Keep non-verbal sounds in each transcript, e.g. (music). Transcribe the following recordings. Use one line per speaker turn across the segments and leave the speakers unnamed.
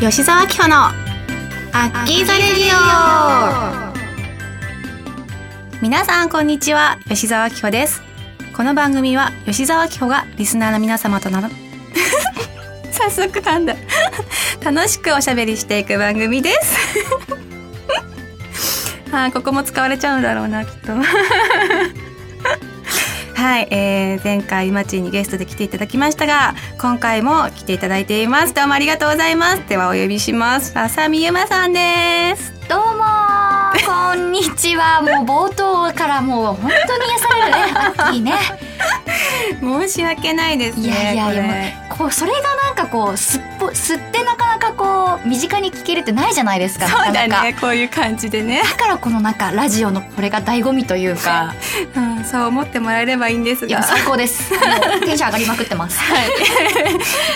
吉澤明穂のアッキーザレディオ皆さんこんにちは吉澤明穂ですこの番組は吉澤明穂がリスナーの皆様となの (laughs) 早速噛んだ (laughs) 楽しくおしゃべりしていく番組です (laughs) あーここも使われちゃうんだろうなきっと (laughs) はい、えー、前回マチにゲストで来ていただきましたが今回も来ていただいていますどうもありがとうございますではお呼びします浅見ゆまさんです
どうもーこんにち
(laughs)
はもう冒頭からもう本当に癒されるねハッキーね
申し訳ないですね
いやいやい
これ
やもうこうそれがなんかこうすっぽすってなかなかこう身近に聞けるってないじゃないですか
そうだ
なかな
ね
か
こういう感じでね、
だからこのなんかラジオのこれが醍醐味というか
うん、そう思ってもらえればいいんです
いや
が
最
(laughs)
高ですもうテンション上がりまくってます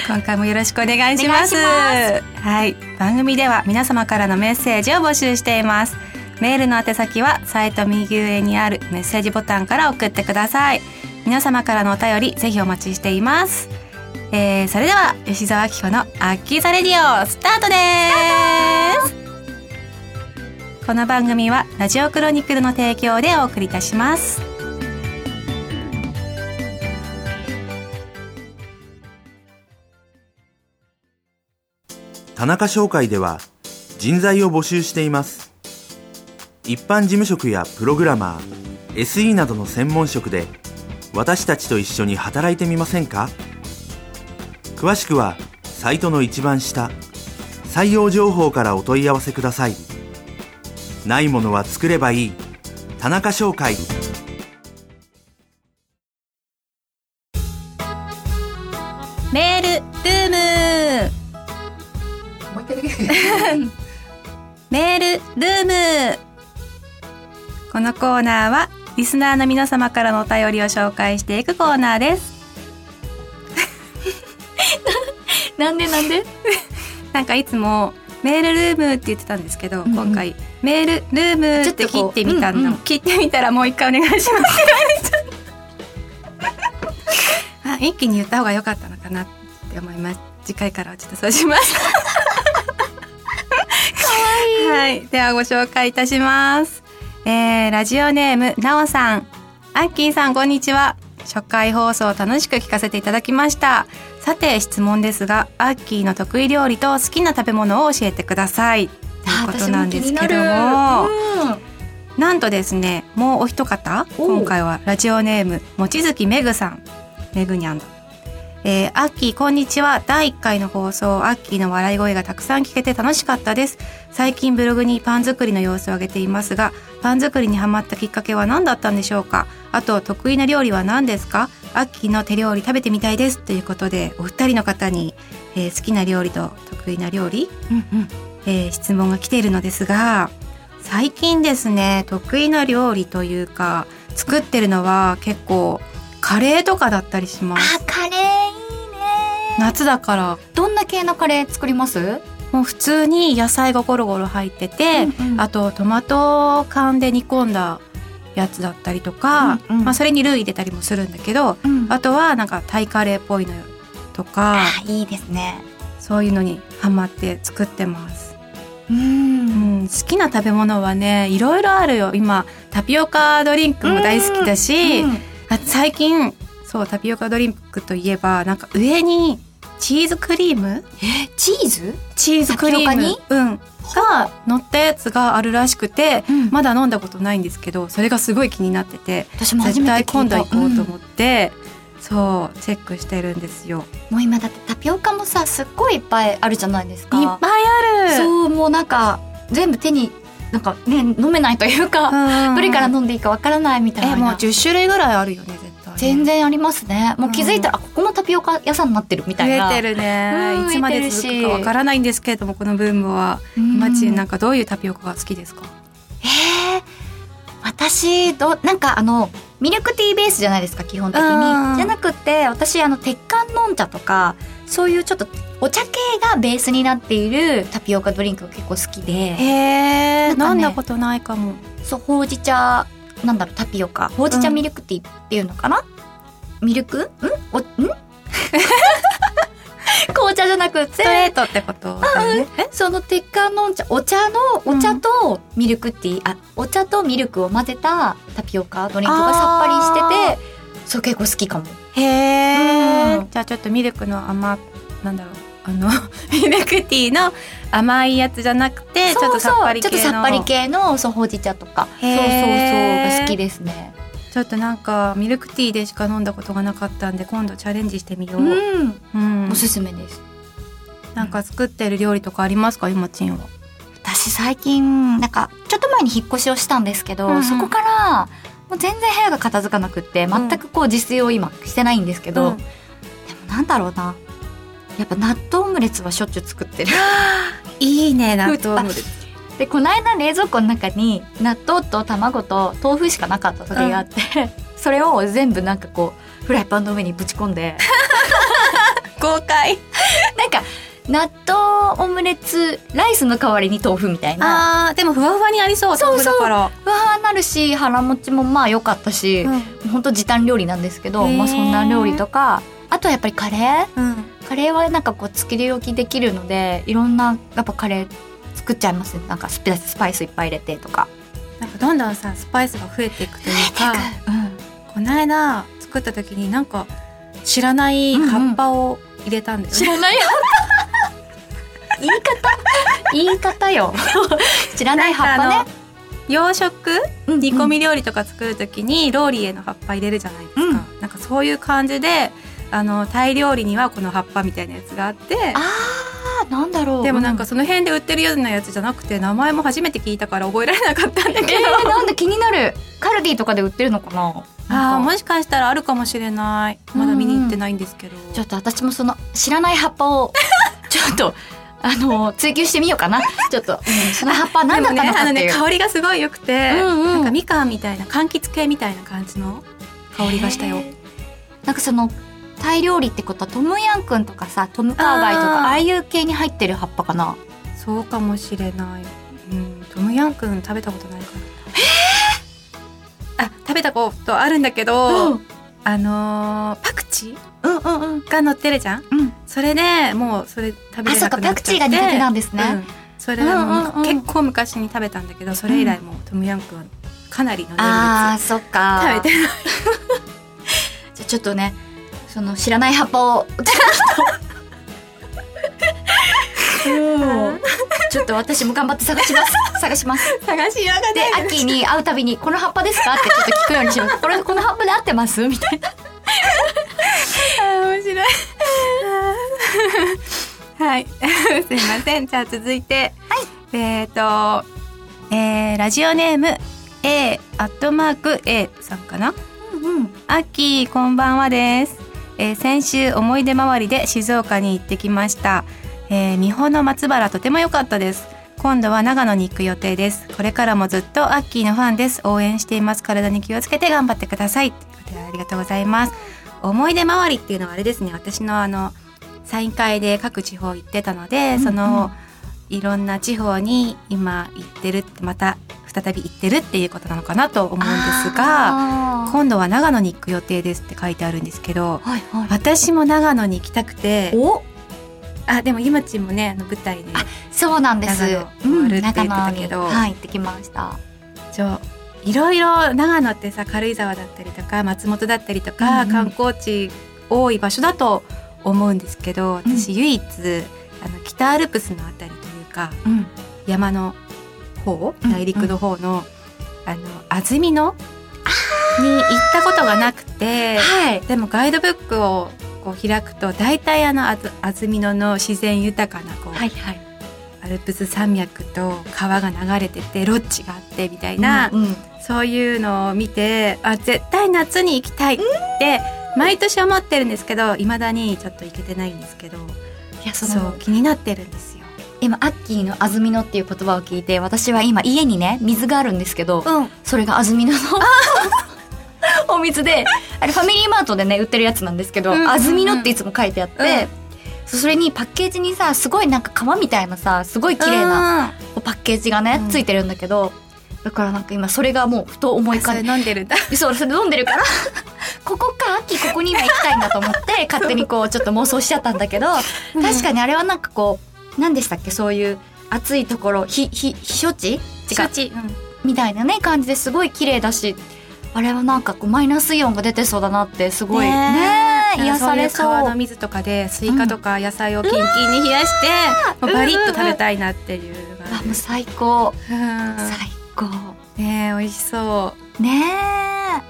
今回もよろしくお願いします
お願
はい番組では皆様からのメッセージを募集していますメールの宛先はサイト右上にあるメッセージボタンから送ってください皆様からのお便りぜひお待ちしていますえー、それでは吉澤明子のアッキーザレディオスタートですこの番組はラジオクロニクルの提供でお送りいたします
田中商会では人材を募集しています一般事務職やプログラマー SE などの専門職で私たちと一緒に働いてみませんか詳しくはサイトの一番下採用情報からお問い合わせくださいないものは作ればいい田中商会
メールルーム
もう一回だけ
メールルーム (laughs) このコーナーはリスナーの皆様からのお便りを紹介していくコーナーです
なんでなんで
なんかいつもメールルームって言ってたんですけど、
んうん
今回メールルームって
ち
切
ょ
っ
っとこう
てみたの、
うんうん
切ってみたらもう一回お願いしますって言われちゃった (laughs) あ一気に言った方が良かったのかなって思います次回からはちょっとそうします (laughs) かわいい、はい、ではご紹介いたしますえー、ラジオネームなおさんアッキーさんこんにちは初回放送を楽しく聞かせていただきましたさて質問ですがアッキーの得意料理と好きな食べ物を教えてくださいということなんですけどもなんとですねもうお一方
お
今回はラジオネーム望月めぐさんめぐにゃんだえー、アッキーこんにちは第1回の放送アッキーの笑い声がたくさん聞けて楽しかったです最近ブログにパン作りの様子を上げていますがパン作りにハマったきっかけは何だったんでしょうかあと得意な料理は何ですかアッキーの手料理食べてみたいですということでお二人の方に、えー好きな料理と得意な料理えー質問が来ているのですが最近ですね得意な料理というか作ってるのは結構カレーとかだったりしま
あ
す
カレーいいね
夏だから
どんな系のカレー作ります
もう普通に野菜がゴロゴロ入ってて、
うんうん
あとトマト缶で煮込んだやつだったりとか、
うんうん
まあ、それにルー入れたりもするんだけど
うん
あとはなんかタイカレーっぽいのとか
あいいですね
そういうのにハマって作ってます。
う
うんん、好きな食べ物はねいろいろあるよ今タピオカドリンクも大好きだし、
うん
あ最近そうタピオカドリンクといえばなんか上にチーズクリーム
えチーズ
チーズクリー
タピ
ム
オ
うんが乗ったやつがあるらしくて、
うん
まだ飲んだことないんですけどそれがすごい気になってて
私も初
絶
めて聞
対
いた
今度行こうと
ん
思って、そうチェックしてるんですよ。
もう今だってタピオカもさすっごいいっぱいあるじゃないです
い
か
っぱいある
そうもうなんか全部手になんかね飲めないというか、
うん
どれから飲んでいいかわからないみたいな
えもう10種類ぐらいあるよね絶対ね
全然ありますねもう気づいたら、あここもタピオカ屋さんになってるみたいな
増えてるね、
うん
いつまで続くかわからないんですけれどもこのブームは
うん
マチなんかどういうタピオカが好きですか、
えー私どなんかあのミルクティーベースじゃないですか基本的に
うん
じゃなくて私あの鉄管のん茶とかそういうちょっとお茶系がベースになっているタピオカドリンクが結構好きで
へ
なんかね
飲んだことないかも
そうほうじ茶なんだろうタピオカほうじ茶ミルクティーっていうのかな、ミルクんおん (laughs) 紅茶じゃななく
スト
て、
レートってことだよね。
その鉄管のん茶、お茶の、お茶とミルクティー、あ、お茶とミルクを混ぜたタピオカドリンクがさっぱりしてて、そう結構好きかも。
へえ、
うん
じゃあちょっとミルクの甘なんだろうあの (laughs) ミルクティーの甘いやつじゃなくて
そう
ち
そう
ょっとさっぱり
ちょ
系の
っとさっぱり系の、そう、ほうじ茶とか。そうそうそう、
へー
が好きですね。
ちょっとなんかミルクティーでしか飲んだことがなかったんで今度チャレンジしてみよう、うん
うん、おすすめです。
なんか作ってる料理とかありますか今ちんは
私最近、なんか、ちょっと前に引っ越しをしたんですけど、
うんうん
そこから、もう全然部屋が片付かなくって、全くこう自炊を今してないんですけ
う
ど、
ん
でもなんだろうな。やっぱ納豆オムレツはしょっちゅう作ってる。
いいね納豆オムレツ
でこの間冷蔵庫の中に納豆と卵と豆腐しかなかった時があって、それを全部なんかこうフライパンの上にぶち込んで
(laughs) 豪快
なんか納豆オムレツライスの代わりに豆腐みたいな
あーでもふわふわにありそう
そうそ
豆腐
う
だから
ふわふわになるし腹持ちもまあ良かったし、
うん
ほんと時短料理なんですけど、
へー
まあ、そんな料理とかあとはやっぱりカレー
うん
カレーはなんかこう作り置きできるのでいろんなやっぱカレー作っちゃいますねなんかスパイススパイスいっぱい入れてとか。
なんかどんどんさスパイスが増えていくというか
うん
この間作った時になんか知らない葉っぱを入れたんですよ、
らないよ言い方言い
(laughs)
方よ知らない葉っぱ
なん
ね
かあの洋食
うんうん
煮込み料理とか作る時にローリエの葉っぱ入れるじゃないですか、
うん
なんかそういう感じであのタイ料理にはこの葉っぱみたいなやつがあって
あーなんだろう
でもなんかその辺で売ってるようなやつじゃなくて名前も初めて聞いたから覚えられなかったんだ
え
けど、
ー、なんだ気になるカルディとかで売ってるのかな
ああ
なんか
もしかしたらあるかもしれないまだ見に行ってないんですけど、
ちょっと私もその知らない葉っ
(laughs)
ぱをちょっとあの追求してみようかなちょっと、うん、その葉っぱ何だったのか
で
っ
も
てい
ねあ
う、
のね香りがすごい良くて、
うんう
な
ん
んかみかんみたいな柑橘系みたいな感じの香りがしたよ
へ。ーなんかそのタイ料理ってことはトムヤンクンとかさトムカーガイと
あー
かああいう系に入ってる葉っぱかな
そうかもしれない。うん、トムヤンクン食べたことないから。あ、食べたことあるんだけど、
うん
あのーパクチ
うんうんうん
ーが乗ってるじゃん。
うん
それでもうそれ食べ
あ
れ
そっ
な
か
くな
パ
っ
ク
ち
チ
ゃ
ー
って。
が出てきたんですね、
うんそれはもう
うんうんうん
結構昔に食べたんだけど、それ以来もうトムヤンクンはかなりの
あ
年
あそっか
月食べてる。
じゃあちょっとねその知らない葉っぱをうんちょっと私も頑張って探し
(laughs)
ます探します
探しやが
で秋に会うたびに「この葉っぱですか?」ってちょっと聞くように
(laughs)
します「これこの葉っぱで合ってます?」みたいな
あー面白い。あー (laughs) はい、 (laughs) すいません。じゃあ続いて、えっ、と、えーラジオネーム A アットマーク A さんかな。アッキーこんばんはです、えー先週思い出回りで静岡に行ってきました、えー、美穂の松原とても良かったです今度は長野に行く予定ですこれからもずっとアッキーのファンです応援しています体に気をつけて頑張ってくださいということでありがとうございます思い出回りっていうのはあれですね私のあのサイン会で各地方行ってたので、そのいろんな地方に今行ってるってまた再び行ってるっていうことなのかなと思うんですが
あ
今度は長野に行く予定ですって書いてあるんですけど
ーはいはい
私も長野に行きたくて
お
あでもゆまちんもねあの舞台で
あそうなんです
長野
うん
回るって言って
長
た
野に
けど
はい行ってきました
ちょいろいろ長野ってさ軽井沢だったりとか松本だったりとか、
うんうん
観光地多い場所だと思うんですけど私唯一、あの北アルプスのあたりというか
うん
山の方
うん
内陸の方の、あの安曇野に行ったことがなくて。
はい
でもガイドブックをこう開くと大体あのあず安曇野の自然豊かなこう、
いはい
アルプス山脈と川が流れててロッジがあってみたいな、
うんうん
そういうのを見てあ絶対夏に行きたいって毎年思ってるんですけどいまだにちょっと行けてないんですけど
いやそ
そ
の
う気になってるんですよ。
今アッキーの「安曇野」っていう言葉を聞いて私は今家にね水があるんですけど
うん、
それが安曇野の (laughs) お水であれファミリーマートでね売ってるやつなんですけど
うんうんうん
安曇野っていつも書いてあって、そうそれにパッケージにさすごいなんか革みたいなさすごい綺麗な
な
こうパッケージがね、
うん
ついてるんだけどだからなんか今それがもうふと思い浮
そ
か
れ
ん
飲んでるんだ。 (laughs)
でそうそれ飲んでるからここか秋ここに今行きたいんだと思って勝手にこうちょっと妄想しちゃったんだけど (laughs) 確かにあれはなんかこう何でしたっけそういう暑いところひひ避暑地違う
避暑地うん
みたいなね感じですごい綺麗だしあれはなんかこうマイナスイオンが出てそうだなってすごいね
ね
え癒されそ
だか
う
らい川の水とかでスイカとか野菜をキンキンに冷やして、もうバリッと食べたいなっていうのが
あもう最高
(laughs) うん
最高
ねえ美味しそう
ね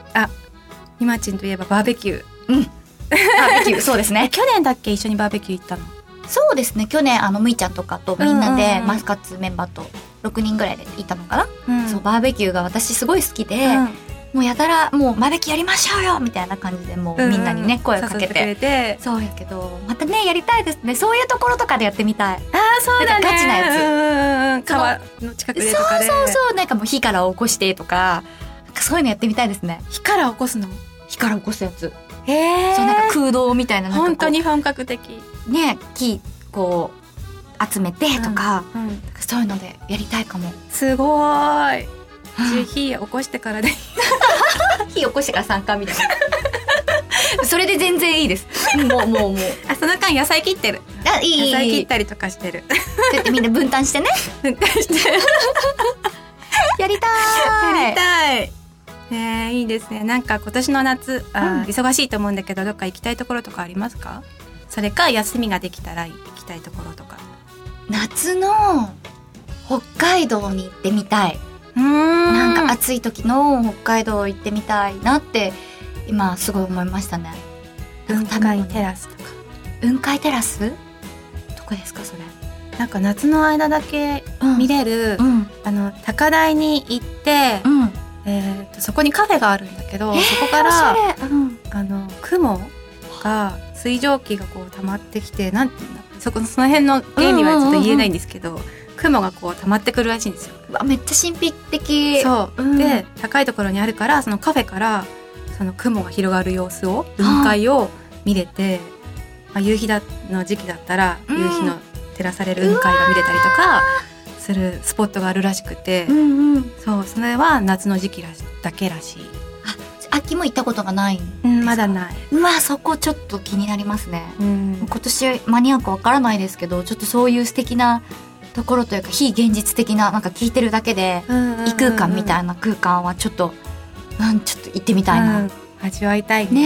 ひまちんといえばバーベキュー
え (laughs) バーベキューそうです
え
ね
去年だっけ一緒にバーベキュー行ったの
(laughs) そうですね去年あのむいちゃんとかとみんな
うんうん
で
うん
マスカッツメンバーと6人ぐらいでいたのかな、
うん
そうバーベキューが私すごい好きで、
うん
もうやたらもうバーベキューやりましょうよみたいな感じでもうみんなにね声をか
誘っ
けて。
くれて
そうやけどまたねやりたいですねそういうところとかでやってみたい
ああそうだね
なんかガチなやつ
やつ川の近く
そう
でとかで
そうそうなんかもう火から起こしてとかなんかそういうのやってみたいですね
火から起こすの
火から起こすやつ、
へえ
そうなんか空洞みたいななんかこう
本当に本格的
ね木こう集めてとか、
うん
そういうのでやりたいかも
すごーい
は
火起こしてからで
あ火起こしてから参加みたい (laughs) なそれで全然いいですもうもうもう
あその間野菜切ってる
あいいい
野
い
菜
いい
切ったりとか (laughs) してる
そうやってみんな分担してね
分担して
(laughs) やりたーい
やりたいねえいいですねなんか今年の夏あー、
うん
忙しいと思うんだけどどっか行きたいところとかありますかそれか休みができたら行きたいところとか
夏の北海道に行ってみたい、
うん
なんか
なんか
暑い時の北海道行ってみたいなって今すごい思いましたね
文化街テ
ス
ラスとか
雲海テラスどこですかそれ、
なんか夏の間だけ
うん
見れる、
うん
あの高台に行って、
うん
えーとそこにカフェがあるんだけど、
えー
そこから
おしゃれうん
あの雲が水蒸気がこう溜まってきてなんていうんだそこその辺の原理はちょっと言えないんですけど、雲がこう溜まってくるらしいんですよ。
うわめっちゃ神秘的
そう
うん
で高いところにあるからそのカフェからその雲が広がる様子を雲海を見れて、まあ、夕日だの時期だったら
うん
夕日の照らされる雲海が見れたりとかするスポットがあるらしくて、
んうん
そうそれは夏の時期らしだけらしい、
秋も行ったことがない
まだないう
わそこちょっと気になりますね
うん
今年間に合うかわからないですけどちょっとそういう素敵なところというか非現実的ななんか聞いてるだけで異空間みたいな空間はちょっと、うん、ちょっと行ってみたいな。
う
ね
ん味わいたいう
え、
ん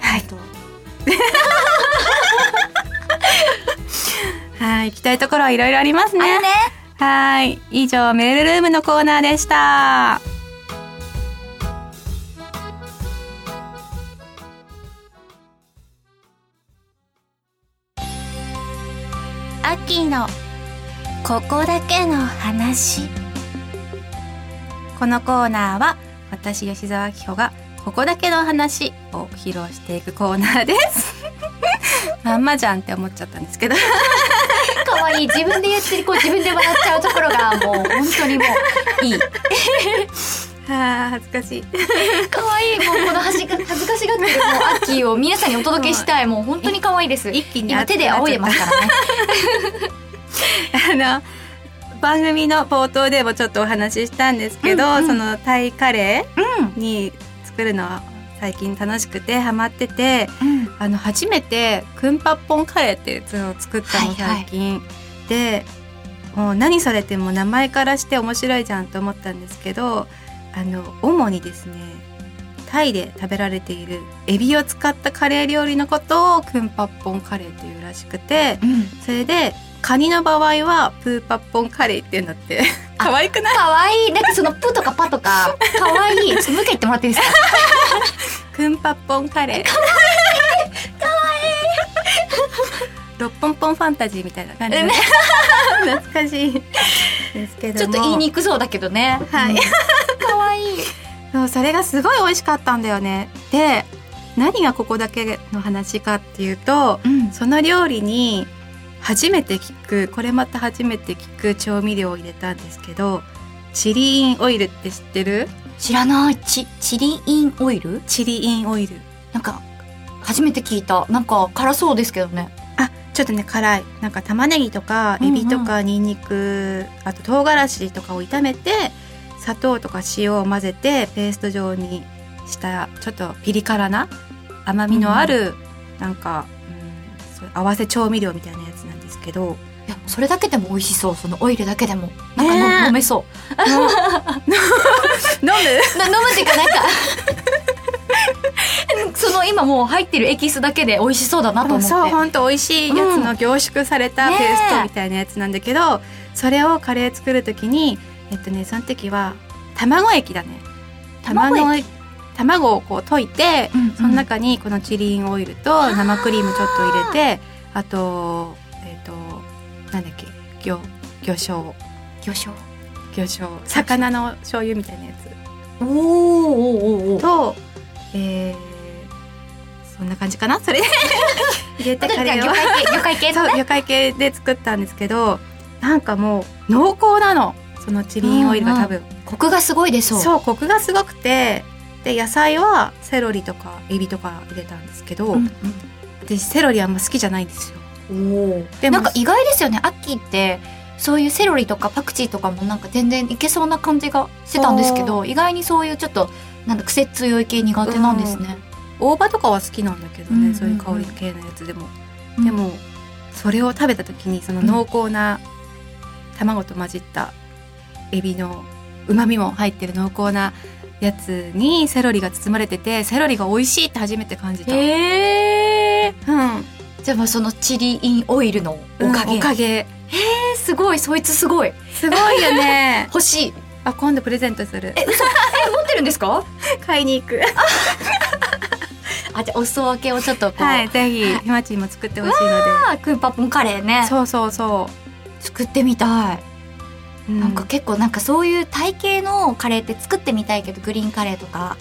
はい
ちょっ
(laughs) はい行きたいところはいろいろあります
とあ
ね
れね。
はい以上メールルームのコーナーでした
アッキーのここだけの話
このコーナーは私吉澤紀穂がここだけの話を披露していくコーナーですまんまじゃんって思っちゃったんですけど
可愛い自分で言ってこう自分で笑っちゃうところがもう本当にもういい。
あー恥ずかしい
可愛いもうこの恥が恥ずかしがってるもうアッキーを皆さんにお届けしたいもう本当に可愛いで
(laughs)
す。
一気に
今手で仰いでますからね。
あの番組の冒頭でもちょっとお話ししたんですけど、
うんうん
そのタイカレ
う
ーに作るのは最近楽しくてハマってて
ん。
あの初めてクンパッポンカレーってやつを作ったの
はいはい
最近、でもう何それってもう名前からして面白いじゃんと思ったんですけどあの主にですねタイで食べられているエビを使ったカレー料理のことをクンパッポンカレーっていうらしくて、
うん。
それでカニの場合はプーパッポンカレーっていうんだって
あ
可愛くない
可愛いなんかそのプとかパとか可愛いちょっともう一回言ってもらっていいですか。
クンパッポンカレーかわいい六本ポンファンタジーみたいな感じの
ね
懐かしいですけ
(laughs) ち
ど
ょっ
も
と言いにくそうだけどね。
はい
うん可愛い。
そうそれがすごい美味しかったんだよねで何がここだけの話かっていうと
うん。
その料理に初めて聞くこれまた初めて聞く調味料を入れたんですけどチリーンオイルって知ってる
知らないチチリインオイル
チリインオイル
なんか初めて聞いたなんか辛そうですけどね
あちょっとね辛いなんか玉ねぎとか
うん
エ
うん
ビとかニンニク、あと唐辛子とかを炒めて砂糖とか塩を混ぜてペースト状にしたちょっとピリ辛な甘みのある、なんか、うん、そういう合わせ調味料みたいなやつなんですけ
(laughs)
ど
いやそれだけでも美味しそうそのオイルだけでもなんかの、
ねえ
飲めそ
飲む
うな飲むっていうか (laughs) なんかその今もう入ってるエキスだけで美味しそうだなと思って
そうほんと美味しいやつの凝縮された
うん
ペ
ねえ
ーストみたいなやつなんだけど、それをカレー作る時にえっとねその時は卵液だね
卵液
卵液卵をこう溶いて
うんうん
その中にこのチリンオイルと生クリームちょっと入れてあとえっ、となんだっけ魚魚醤
魚醤
魚醤魚の醤油みたいなやつ
おーおーおーおー
と、えー、そんな感じかな
(laughs)
それ入れてカレーを
魚介系魚介系
そ
の
う
ね
魚介系で作ったんですけどなんかもう濃厚なのそのチリンオイルが多分、
コクがすごいでしょ
そうコクがすごくてで野菜はセロリとかエビとか入れたんですけど、
うん
私セロリあんま好きじゃないんですよ
おお
でも
なんか意外ですよねアッキーってそういうセロリとかパクチーとかもなんか全然いけそうな感じがしてたんですけど意外にそういうちょっとなんだ癖強い系苦手なんですね、
大葉とかは好きなんだけどね、
うんうんうん
そういう香り系のやつでも、
うん
でもそれを食べた時にその濃厚な卵と混じったエビの旨味も入ってる濃厚なやつにセロリが包まれててセロリが美味しいって初めて感じた、
へえ
うん
じゃあまあそのチリインオイルのおかげ、
うんおかげ
えーすごいそいつすごい
すごいよね
欲しい
(laughs) あ今度プレゼントする
持ってるんですか
買いに行く
あじゃあお裾分けをちょっとこ
(laughs)
う、
はいぜひひまちんも作ってほしいの
あクーパポンカレーね
でそうそうそ、
作ってみたいう
う
なんか結構なんかそういう体型のカレーって作ってみたいけどグリーンカレーとか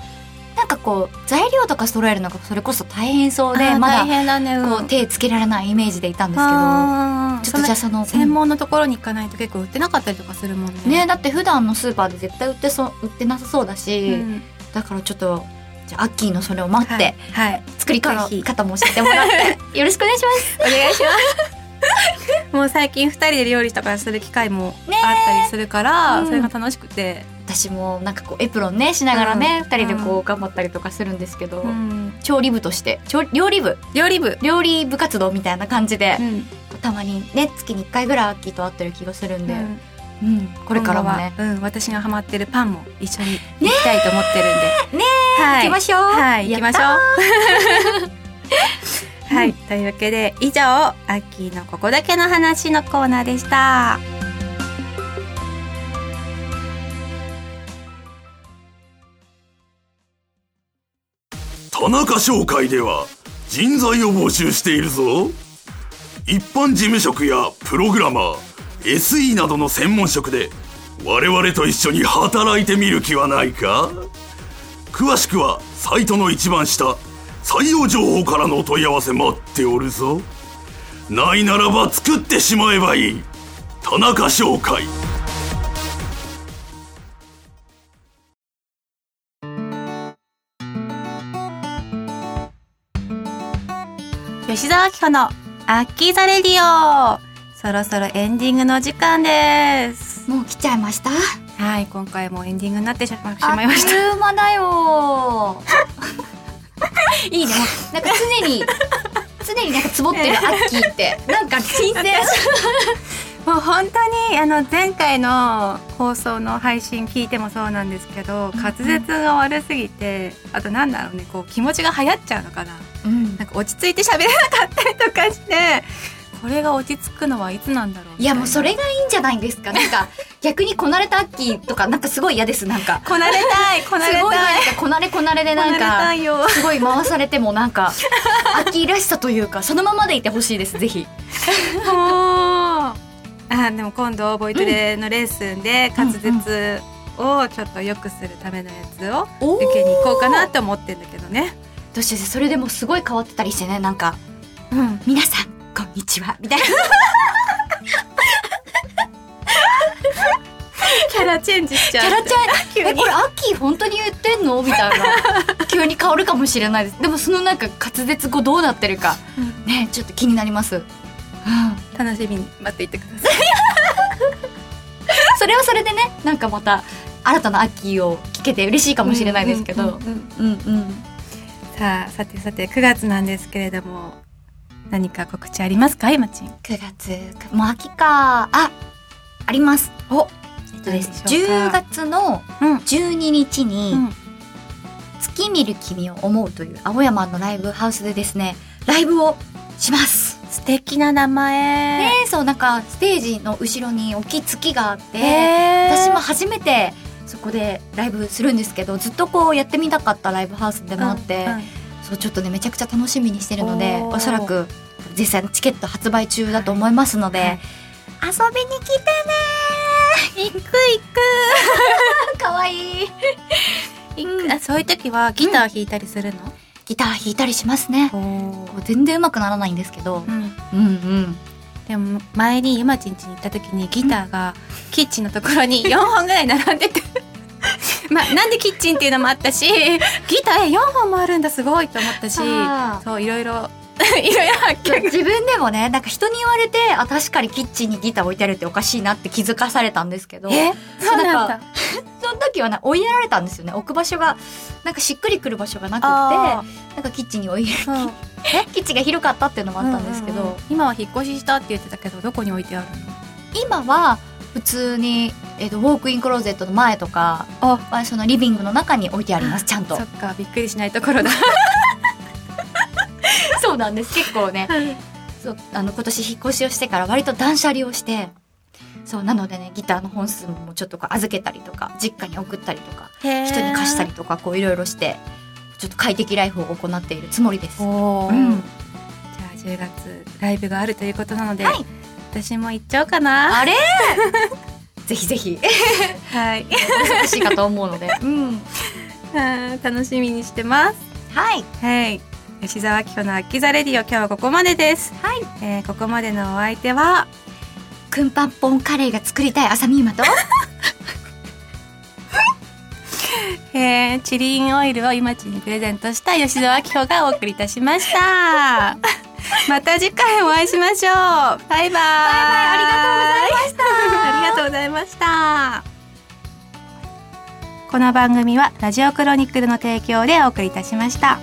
なんかこう材料とか揃えるのがそれこそ大変そうで
あー
ま
大
だ
変だね
こう手つけられないイメージでいたんですけど
です
ちょっとじゃあその
専門のところに行かないと結構売ってなかったりとかするもんね。
ねだって普段のスーパーで絶対売ってそ売ってなさそうだ
う
し、
ん
だからちょっとじゃあアッキーのそれを待って、
はい、はい、
作り方
ぜひ
方も教えてもらって (laughs) よろしくお願いします
お願いします。 (laughs) もう最近二人で料理とかする機会もあったりするから、
うん
それが楽しくて、
私もなんかこうエプロンねしながらね、
うん
二人でこう頑張ったりとかするんですけど、
うん
調理部として調料理部
料理部、
料理部活動みたいな感じで
う、ん
たまにね月に1回ぐらいアッキーと会ってる気がするんで、
う
うん
ん
これからもね
今後はうん、私がハマってるパンも一緒に行きたいと思ってるんで、
ね
は
行
い、
きましょう、
はい、行きましょう
やっ。
はい、というわ (laughs) けで以上「アッキーのここだけの話」のコーナーでした。
田中商会では人材を募集しているぞ一般事務職やプログラマー SE などの専門職で我々と一緒に働いてみる気はないか詳しくはサイトの一番下採用情報からのお問い合わせ待っておるぞないならば作ってしまえばいい田中商会
吉澤明子のアッキーザレディオそろそろエンディングの時間です
もう来ちゃいました
はい今回もエンディングになってしまし
あっ
まいまし
と
た
いう間だよ (laughs) いいねもうなんか常に常になんかつぼってるアッキーって (laughs) なんか新鮮
もう本当にあの前回の放送の配信聞いてもそうなんですけど滑舌が悪すぎてあとなんだろうねこう気持ちが流行っちゃうのかな
うん
なんか落ち着いて喋れなかったりとかしてこれが落ち着くのはいつなんだろうみた
いやもうそれがいいんじゃないんですかな
(laughs)
んか逆にこなれたアッキーとかなんかすごい嫌ですなんか
こなれたいこなれ
すごい
たい
なんかこなれこなれで
こ
なん
なれた
か
いよ
すごい回されてもな
(laughs)
んかアッキーらしさというかそのままでいてほしいですぜひ
あーでも今度ボイトレのレッスンで滑舌をちょっと良くするためのやつを
お
受けに行こうかなと思ってんだけどね。
どうしてそれでもすごい変わってたりしてねなんか
うん、
「皆さんこんにちは」みたいな
キャラチェンジしち
キャ
ゃ
ラ
う。
ちゃ
急
(laughs) んえ
に
これアッキー本当に言ってんのみたい
(laughs)
な急に変わるかもしれないですでもそのなんか滑舌後どうなってるか
うん
ねちょっと気になります、うん、
楽しみに待っていてください。
(laughs) それはそれでねなんかまた新たなアッキーを期けて嬉しいかもしれないですけど
うんうんうんうん
うんうん
さあさてさて9月なんですけれども何か告知ありますかいまちん
9月もう秋かあありますおえっとです
何でしょうか
10月の
うん
12日に
うん
「月見る君を思う」という青山のライブハウスでですねライブをします
素敵な名前
ねえそうなんかステージの後ろに大きい月があって、
えー
私も初めてそこでライブするんですけどずっとこうやってみたかったライブハウスでもあって、
うんうん
そうちょっとねめちゃくちゃ楽しみにしてるので
おー
おそらく実際のチケット発売中だと思いますので、
はい
遊びに来てねー行く行く (laughs) かわいいうん
あそういう時はギター弾いたりするの、
ギター弾いたりしますね
お
こう全然上手くならないんですけど
う、ん、
うんうん
でも前にゆまちんちに行った時にギターがキッチンのとこ (laughs) ろに4本ぐらい並んでてまあなんでキッチンっていうのもあった (laughs) しギターえ4本もあるんだすごいと思ったし
あー
そういろいろ (laughs) いろいろ発
そう
見
自分でもねなんか人に言われてあ確かにキッチンにギター置いてあるっておかしいなって気づかされたんですけど
えそうなん
な
だ
んその時はね追いやられたんですよね置く場所がなんかしっくりくる場所がなく
あ
ってなんかキッチンに追いや
ーそう
らキッチンが広かったっていうのもあったんですけど、
うううん今は引っ越ししたって言ってたけどどこに置いてあるの
今は普通に、えー、とウォークインクローゼットの前とか
あ
はそのリビングの中に置いてありますちゃんと
そっかびっくりしないところだ
そうなんです結構ねそうあの今年引っ越しをしてから割と断捨離をしてそうなのでねギターの本数もちょっとこう預けたりとか実家に送ったりとか
人
人に貸したりとかこういろいろしてちょっと快適ライフを行っているつもりです。
おー
うん
じゃあ10月ライブがあるということなので、
はい
私も行っちゃおうかな
あれ (laughs) ぜひ
(laughs)
ぜひ
はい
欲しいかと思うので、うん、
うん楽しみにしてます
はい
はい吉沢明子の秋ザレディオ今日はここまでです
はい
えーここまでのお相手は
クンパンポンカレーが作りたい朝美馬と
えーチリンオイルを今ちにプレゼントした吉沢明子がお送りいたしました (laughs) また次回お会いしましょうバイバイありがとうございましたありがとうございましたこの番組はラジオクロニクルの提供でお送りいたしました